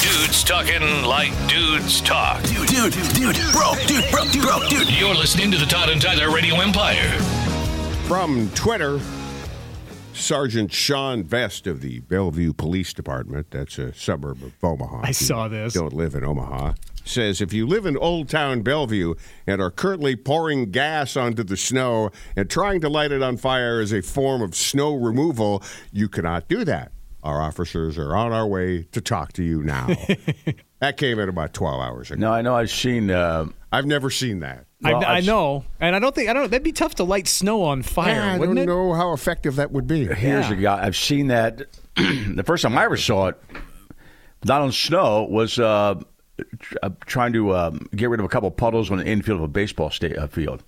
Dudes talking like dudes talk. Dude, dude, dude, bro, dude, bro, dude, bro, dude. You're listening to the Todd and Tyler Radio Empire. From Twitter, Sergeant Sean Vest of the Bellevue Police Department, that's a suburb of Omaha. I if you saw this. Don't live in Omaha. Says if you live in Old Town Bellevue and are currently pouring gas onto the snow and trying to light it on fire as a form of snow removal, you cannot do that. Our officers are on our way to talk to you now. that came in about 12 hours ago. No, I know I've seen. Uh, I've never seen that. Well, I, I I've- know, and I don't think I don't. That'd be tough to light snow on fire, Yeah, I wouldn't don't it? know how effective that would be. here's a guy. I've seen that. the first time I ever saw it, not on snow, was uh, tr- uh, trying to um, get rid of a couple puddles on the infield of a baseball sta- uh, field.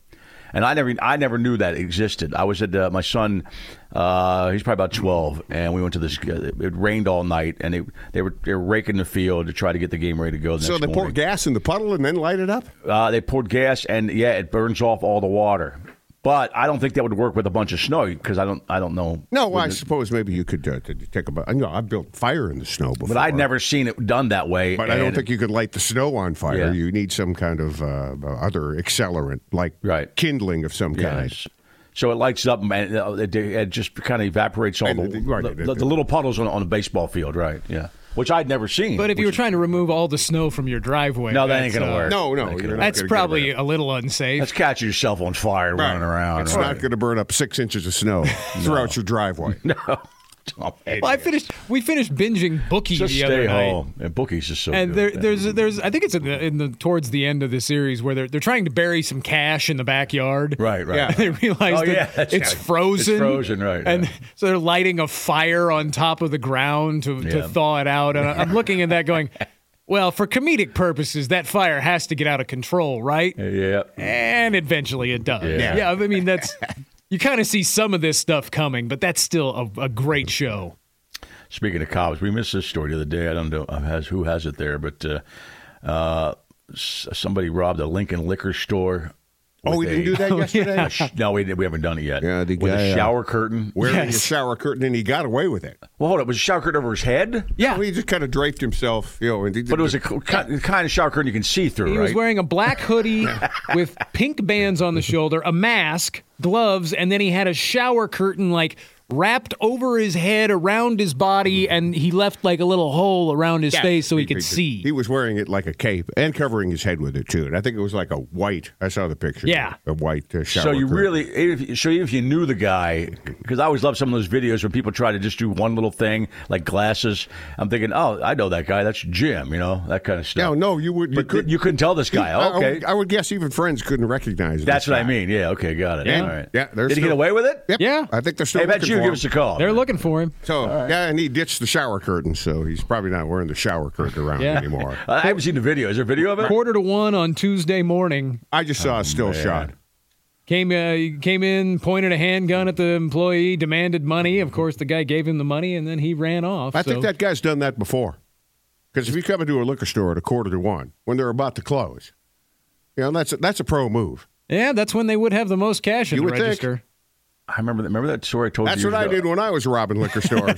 And I never, I never knew that existed. I was at uh, my son. Uh, he's probably about twelve, and we went to this. Uh, it rained all night, and they they were, they were raking the field to try to get the game ready to go. The So next they pour morning. gas in the puddle and then light it up? Uh, they poured gas, and yeah, it burns off all the water. But I don't think that would work with a bunch of snow because I don't, I don't know. No, well, I suppose maybe you could uh, t- t- take a. bu- I know I've built fire in the snow before, But I'd never seen it done that way. But I don't and- think you could light the snow on fire. Yeah. You need some kind of uh, other accelerant, like Right. kindling of some Yeah, kind. it's- So it lights up and uh, it, it just kind of evaporates all the, And the- right, the, it- the- the little puddles on, on a baseball field, right? Yeah, which I'd never seen. But if you were trying to remove all the snow from your driveway, no, that ain't that's, gonna uh, work. No, no, you're not That's gonna get probably rid of a little unsafe. that's catching yourself on fire it. running around. It's right. not going to burn up six inches of snow throughout your driveway. Oh, man. well, I finished. We finished binging Bookie just the other stay night. home. And bookies is so. And there, good. there's, there's, I think it's in the, in the towards the end of the series where they're they're trying to bury some cash in the backyard. right, right. They realize Oh, that yeah, that's it's right. frozen. It's frozen, right, And yeah. so they're lighting a fire on top of the ground to, Yeah. to thaw it out. And I- I'm looking at that going, well, for comedic purposes, that fire has to get out of control, right? Yeah. And eventually it does. Yeah. I mean, that's, you kind of see some of this stuff coming, but that's still a, a great show. Speaking of cops, we missed this story the other day. I don't know uh, has, who has it there, but uh, uh, s- somebody robbed a Lincoln liquor store. Oh, we with didn't a- do that yesterday. a sh- no, we, didn't- we haven't done it yet. Yeah, the with guy, a uh, shower curtain. Wearing a Yes. shower curtain, and he got away with it. Well, hold up. Was the shower curtain over his head? Yeah. he just kind of draped himself, you know. And he But it was a co- ki- kind of shower curtain you can see through, He right? was wearing a black hoodie with pink bands on the shoulder, a mask, gloves, and then he had a shower curtain like wrapped over his head around his body, and he left like a little hole around his face so he could see. Mm-hmm. He was wearing it like a cape and covering his head with it too. And I think it was like a white. I saw the picture. Yeah. a white uh, shower. so you curtain. really, even if, so even if you knew the guy, because I always love some of those videos when people try to just do one little thing, like glasses. I'm thinking, oh, I know that guy. That's Jim, you know, that kind of stuff. No, no, you would. But you could, you couldn't tell this guy. I- I okay. would- I, would guess even friends couldn't recognize. That's this what I guy. mean. Yeah. Okay. Got it. Yeah. All right. Yeah, there's Did he get no- away with it? Yep. Yeah. I think they're still. Hey, I bet looking you for give him. us a call. They're looking for him. So yeah, and he ditched the shower curtain, so he's probably not wearing the shower curtain around Yeah. anymore. I haven't seen the video. Is there a video of it? Quarter to one on Tuesday morning, I just Oh, saw a still shot. came uh, he came in, pointed a handgun at the employee, demanded money. Of course, the guy gave him the money, and then he ran off. Mm-hmm. I so- think that guy's done that before. Because if you come into a liquor store at a quarter to one when they're about to close, you know that's a, that's a pro move. yeah, that's when they would have the most cash in You the would think. register. I remember that. Remember that story I told That's you. what I years did ago? when I was robbing liquor stores.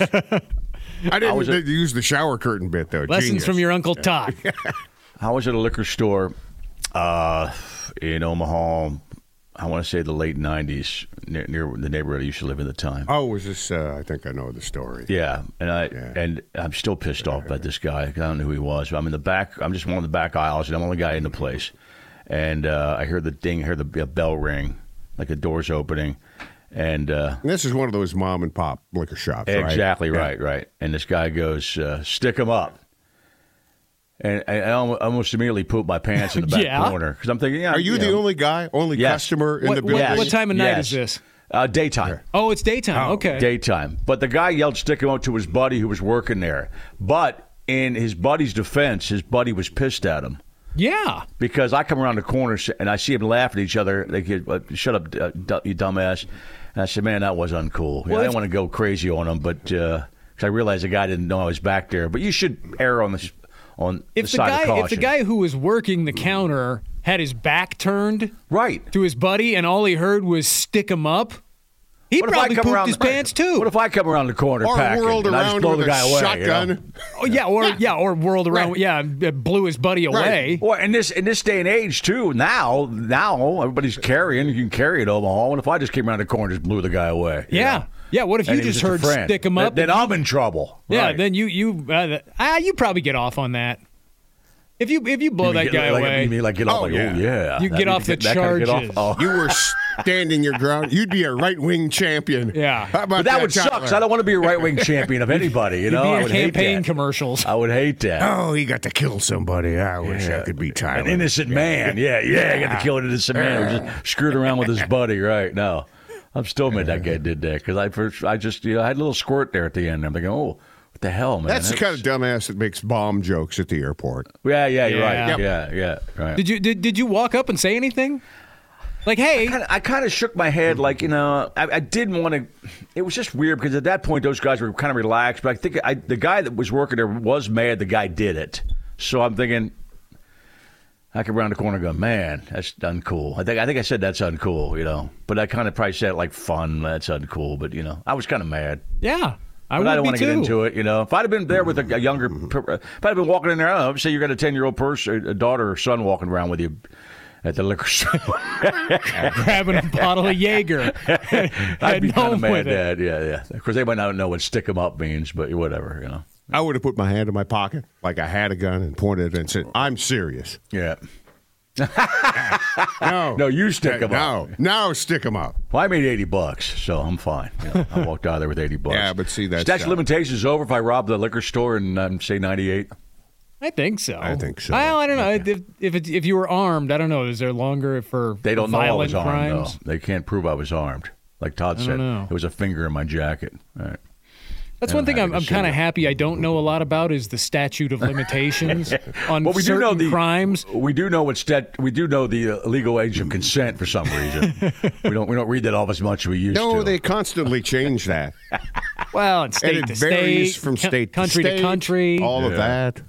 I didn't was a- use the shower curtain bit though. Lessons Genius. from your uncle Todd. I was at a liquor store uh, in Omaha. I want to say the late '90s, near, near the neighborhood I used to live in at the time. Oh, was this? Uh, I think I know the story. Yeah, and I and I'm still pissed off about this guy. I don't know who he was. But I'm in the back. I'm just one of the back aisles, and I'm the only guy in the place. And uh, I hear the ding, I hear the bell ring, like a door's opening, and uh, And this is one of those mom and pop liquor shops, right? Exactly Yeah. right, right. And this guy goes, uh, "Stick 'em up," and, and I almo- almost immediately pooped my pants in the back Yeah. corner because I'm thinking, "Yeah." Are you the know, only guy, only Yes. customer in the What- building? what time of night is this? Uh, daytime. Oh, it's daytime. okay. Daytime. But the guy yelled, stick him out to his buddy who was working there. But in his buddy's defense, his buddy was pissed at him. yeah. Because I come around the corner and I see him laughing at each other. They get, uh, shut up, uh, du- you dumbass. And I said, man, that was uncool. You know, I didn't want to go crazy on him, but because I realized the guy didn't know I was back there. But you should err on this on If the, side of guy, caution. Mm. if the guy who was working the counter had his back turned right. to his buddy, and all he heard was "stick him up," he What if I probably come pooped around his the- pants too. What if I come around the corner Or packing whirled and I just around blow the with guy a away? you know? shotgun. oh yeah, or yeah, or whirled around. Yeah, uh, blew his buddy away. Well, in this in this day and age too, now now everybody's carrying. You can carry it Omaha. And if I just came around the corner and just blew the guy away, you Yeah. know? Yeah, what if And you he was just a heard friend. stick 'em up Then, and- I'm in trouble. Yeah, Right. then you you uh, th- ah you probably get off on that. If you if you blow You mean that get- guy like, away, You mean like get off? Oh, like, yeah. Oh yeah, You That get means off the that kinda get off- charges. oh. You were standing your ground. You'd be a right wing champion. Yeah. How about But that would suck. 'cause I Tyler? don't want to be a right wing champion of anybody. You you'd know, be Oh, I in would hate campaign that. Uh, commercials. I would hate that. Oh, he got to kill somebody. I wish I could be Tyler. An innocent man. Yeah, yeah. I got to kill an innocent man who just screwed around with his buddy. Right now, I'm still mad that guy did that because I first I just you know I had a little squirt there at the end. I'm thinking, oh, what the hell, man? That's the kind of dumbass that makes bomb jokes at the airport. Yeah, yeah, you're right. Yeah. Yeah, yeah, right. Did you did, did you walk up and say anything? Like, hey, Kinda- I kind of shook my Mm-hmm. head, like you know, I, I didn't want to. It was just weird because at that point those guys were kind of relaxed, but I think I, the guy that was working there was mad. The guy did it, so I'm thinking. I could round the corner, and go, man, that's uncool. I think I think I said that's uncool, you know. But I kind of probably said it like fun. That's uncool, but you know, I was kind of mad. yeah, I But would I don't be want to too. Mm-hmm. get into it, you know. If I'd have been there with a, a younger, per- if I'd have been walking in there, I don't know, say you got a ten-year-old person, a daughter or son walking around with you at the liquor store, Grabbing a bottle of Jaeger, I'd be heading kind home of mad. with it. Dad, yeah, yeah. Of course, they might not know what "stick 'em up" means, but whatever, you know. I would have put my hand in my pocket like I had a gun and pointed it and said, I'm serious. Yeah. No. No, you stick 'em no. up. No, stick 'em up. Well, I made eighty bucks, so I'm fine. You know, I walked out of there with eighty bucks. Yeah, but see, that's uh, statute not- of limitations is over if I rob the liquor store and um, say ninety-eight. I think so. I think so. Well, I don't know if if, it, if you were armed. I don't know. Is there longer for They don't know I violent was armed. crimes? Though. They can't prove I was armed. Like Todd said, know. it was a finger in my jacket. All right. That's one thing I I'm, can I'm see kind of that. happy I don't know a lot about is the statute of limitations on Well, we do certain know the crimes. We do know what stat. We do know the uh, legal age of consent for some reason. we don't. We don't read that off as much as we used No, to. they constantly change that. Well, it's state and it to varies state, from co- state country to, state, country. all of that.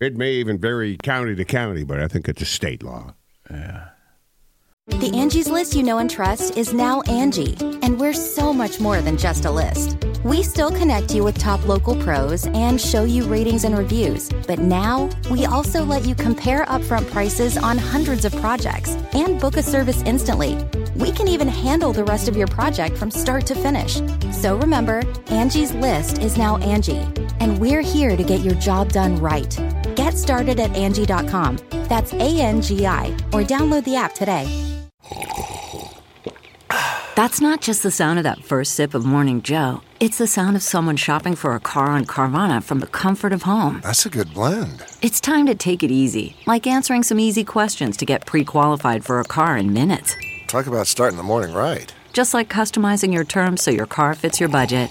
It may even vary county to county, but I think it's a state law. The Angie's list you know and trust is now Angie, and we're so much more than just a list. We still connect you with top local pros and show you ratings and reviews, but now we also let you compare upfront prices on hundreds of projects and book a service instantly. We can even handle the rest of your project from start to finish. So remember, Angie's list is now Angie, and we're here to get your job done right. Get started at Angie.com. That's A N G I, or download the app today. That's not just the sound of that first sip of Morning Joe. It's the sound of someone shopping for a car on Carvana from the comfort of home. That's a good blend. It's time to take it easy, like answering some easy questions to get pre qualified for a car in minutes. Talk about starting the morning right. Just like customizing your terms so your car fits your budget.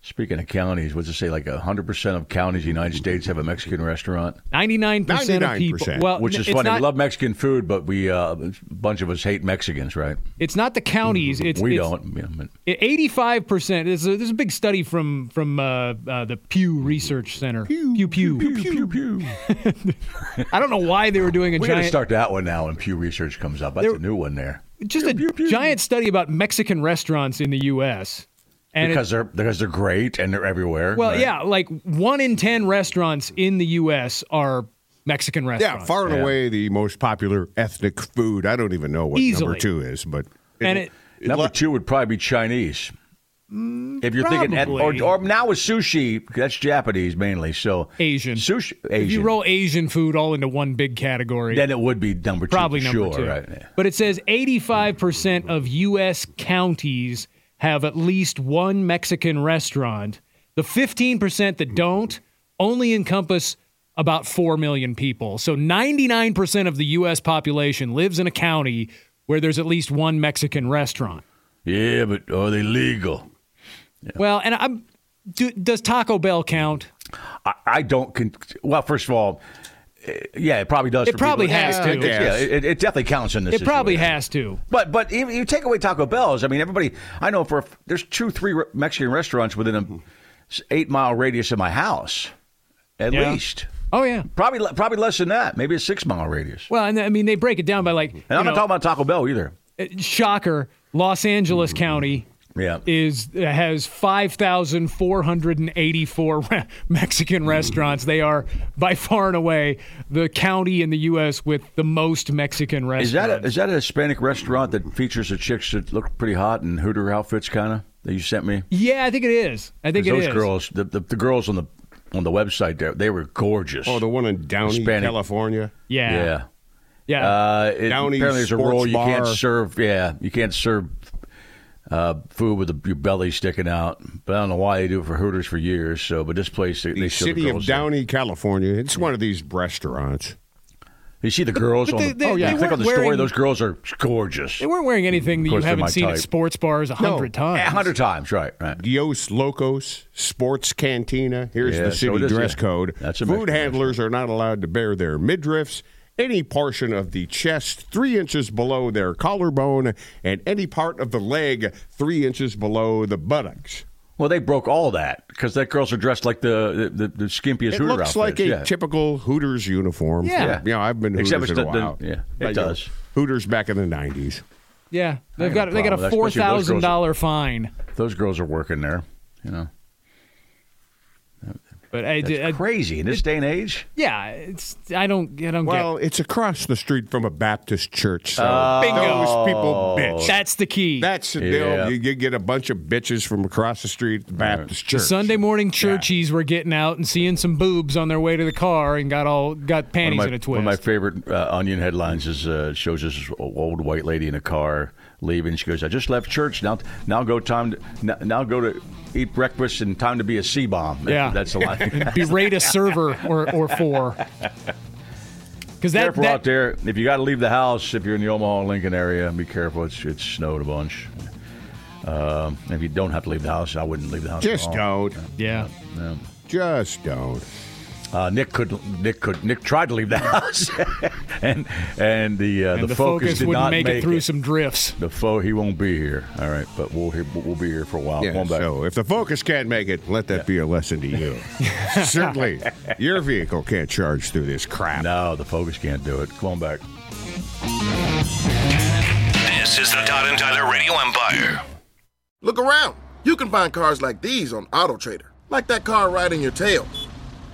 Speaking of counties, what's it say? Like hundred percent of counties in the United States have a Mexican restaurant, Ninety-nine percent of people. 99%, Well, which n- is it's funny. Not, we love Mexican food, but we uh, a bunch of us hate Mexicans, right? it's not the counties. Mm-hmm. It's we it's, don't. Yeah, but- Eighty-five percent. There's a, there's a big study from from uh, uh, the Pew Research Center. Pew pew pew pew. I don't know why they were doing a We got to giant, start that one now when Pew Research comes up. That's There- a new one there just a giant study about Mexican restaurants in the U.S. And it- because they're because they're great and they're everywhere. Well, right? yeah, like one in ten restaurants in the U.S. are Mexican Yeah, restaurants. far and away the most popular ethnic food. I don't even know what Easily. number two is, but and it, Number two would probably be Chinese. If you're thinking, at, or, Mm, probably. or now with sushi, that's Japanese mainly. So Asian. sushi, If you Asian. roll Asian food all into one big category, then it would be number two. probably for number sure, two. Right? Yeah. But it says 85% of U.S. counties have at least one Mexican restaurant. The 15% that don't only encompass about 4 million people. So 99% of the U.S. population lives in a county where there's at least one Mexican restaurant. Yeah, but are they legal? Well, and I'm. Do, does Taco Bell count? I, I don't. Con- well, first of all, eh, yeah, it probably does. It for probably people. has to. It, it- yeah, it, it definitely counts in this. It probably situation. has to. But but if you take away Taco Bell's, I mean, everybody I know for there's two three re- Mexican restaurants within a s- eight mile radius of my house, at Yeah. least. Oh yeah. Probably le- probably less than that. Maybe a six mile radius. Well, and I mean they break it down by like And you I'm not know, talking about Taco Bell either. shocker, Los Angeles County Yeah. is has 5,484 re- Mexican restaurants. They are by far and away the county in the US with the most Mexican Is that restaurants. a, is that a Hispanic restaurant that features the chicks that look pretty hot in Hooter outfits, kind of that you sent me? yeah, I think it is. I think it those is. girls, the, the, the girls on the on the website there, they were gorgeous. Oh, the one in Downey, Hispanic. California. Yeah. yeah. Yeah. Uh, it, Downey's apparently, there's a Sports rule you can't Bar. serve. Yeah, you can't serve uh, food with your belly sticking out. But I don't know why they do it for Hooters for years. So, but this place, they, The they show the city of girls. there. Downey, California. It's one of these restaurants. You see the girls But on they- the. they- oh yeah, they click on weren't the story. wearing- Those girls are gorgeous. they weren't wearing anything that you course they're my haven't seen at type. sports bars a hundred times. A hundred times, right? Right. Dios Locos, Sports Cantina. Here's Yeah, the so city it is, dress yeah. code. That's a Food Mexican handlers are not allowed to bare their midriffs, any portion of the chest three inches below their collarbone, and any part of the leg three inches below the buttocks. Well, they broke all that because that girls are dressed like the the, the, the It skimpiest Hooter looks outfits, like a yeah. typical Hooters uniform. Yeah. Yeah, you know, I've been to Except Hooters it's in a the- the- while. yeah, it But, you know, does. Hooters back in the nineties. Yeah. They've got got a they got problem a four with that, especially those girls. thousand dollar fine. Those girls are working there. You know, But I, it's did. I- crazy in this day and age. yeah, it's I don't I don't Well, it's across the street from a Baptist church. So Oh. those people bitch. get. That's the key. That's the Yeah. deal. You, you get a bunch of bitches from across the street at the Baptist The church. Sunday morning churchies were getting out and seeing some boobs on their way to the car and got all got One of panties my- in a One twist. of my favorite uh, Onion headlines is uh, shows this old white lady in a car leaving. She goes, "I just left church. Now, now go time. To, now, now go to eat breakfast and time to be a C bomb." Yeah. that's the line. Berate a server or, or four. Because that, careful that- out there. If you got to leave the house, if you're in the Omaha and Lincoln area, be careful. It's it's snowed a bunch. Um, if you don't have to leave the house, I wouldn't leave the house. at Just all. don't. yeah, Just don't. Uh, Nick could Nick could Nick tried to leave the house, and and the uh, and the, the, focus, did wouldn't not make, it through some drifts. The foe, he won't be here. All right, but we'll he- we'll be here for a while. Yeah, Come back. so if the focus can't make it, let that be a lesson to you. Certainly, your vehicle can't charge through this crap. No, the focus can't do it. Come on back. This is the Todd and Tyler Radio Empire. Look around. You can find cars like these on AutoTrader, like that car riding your tail.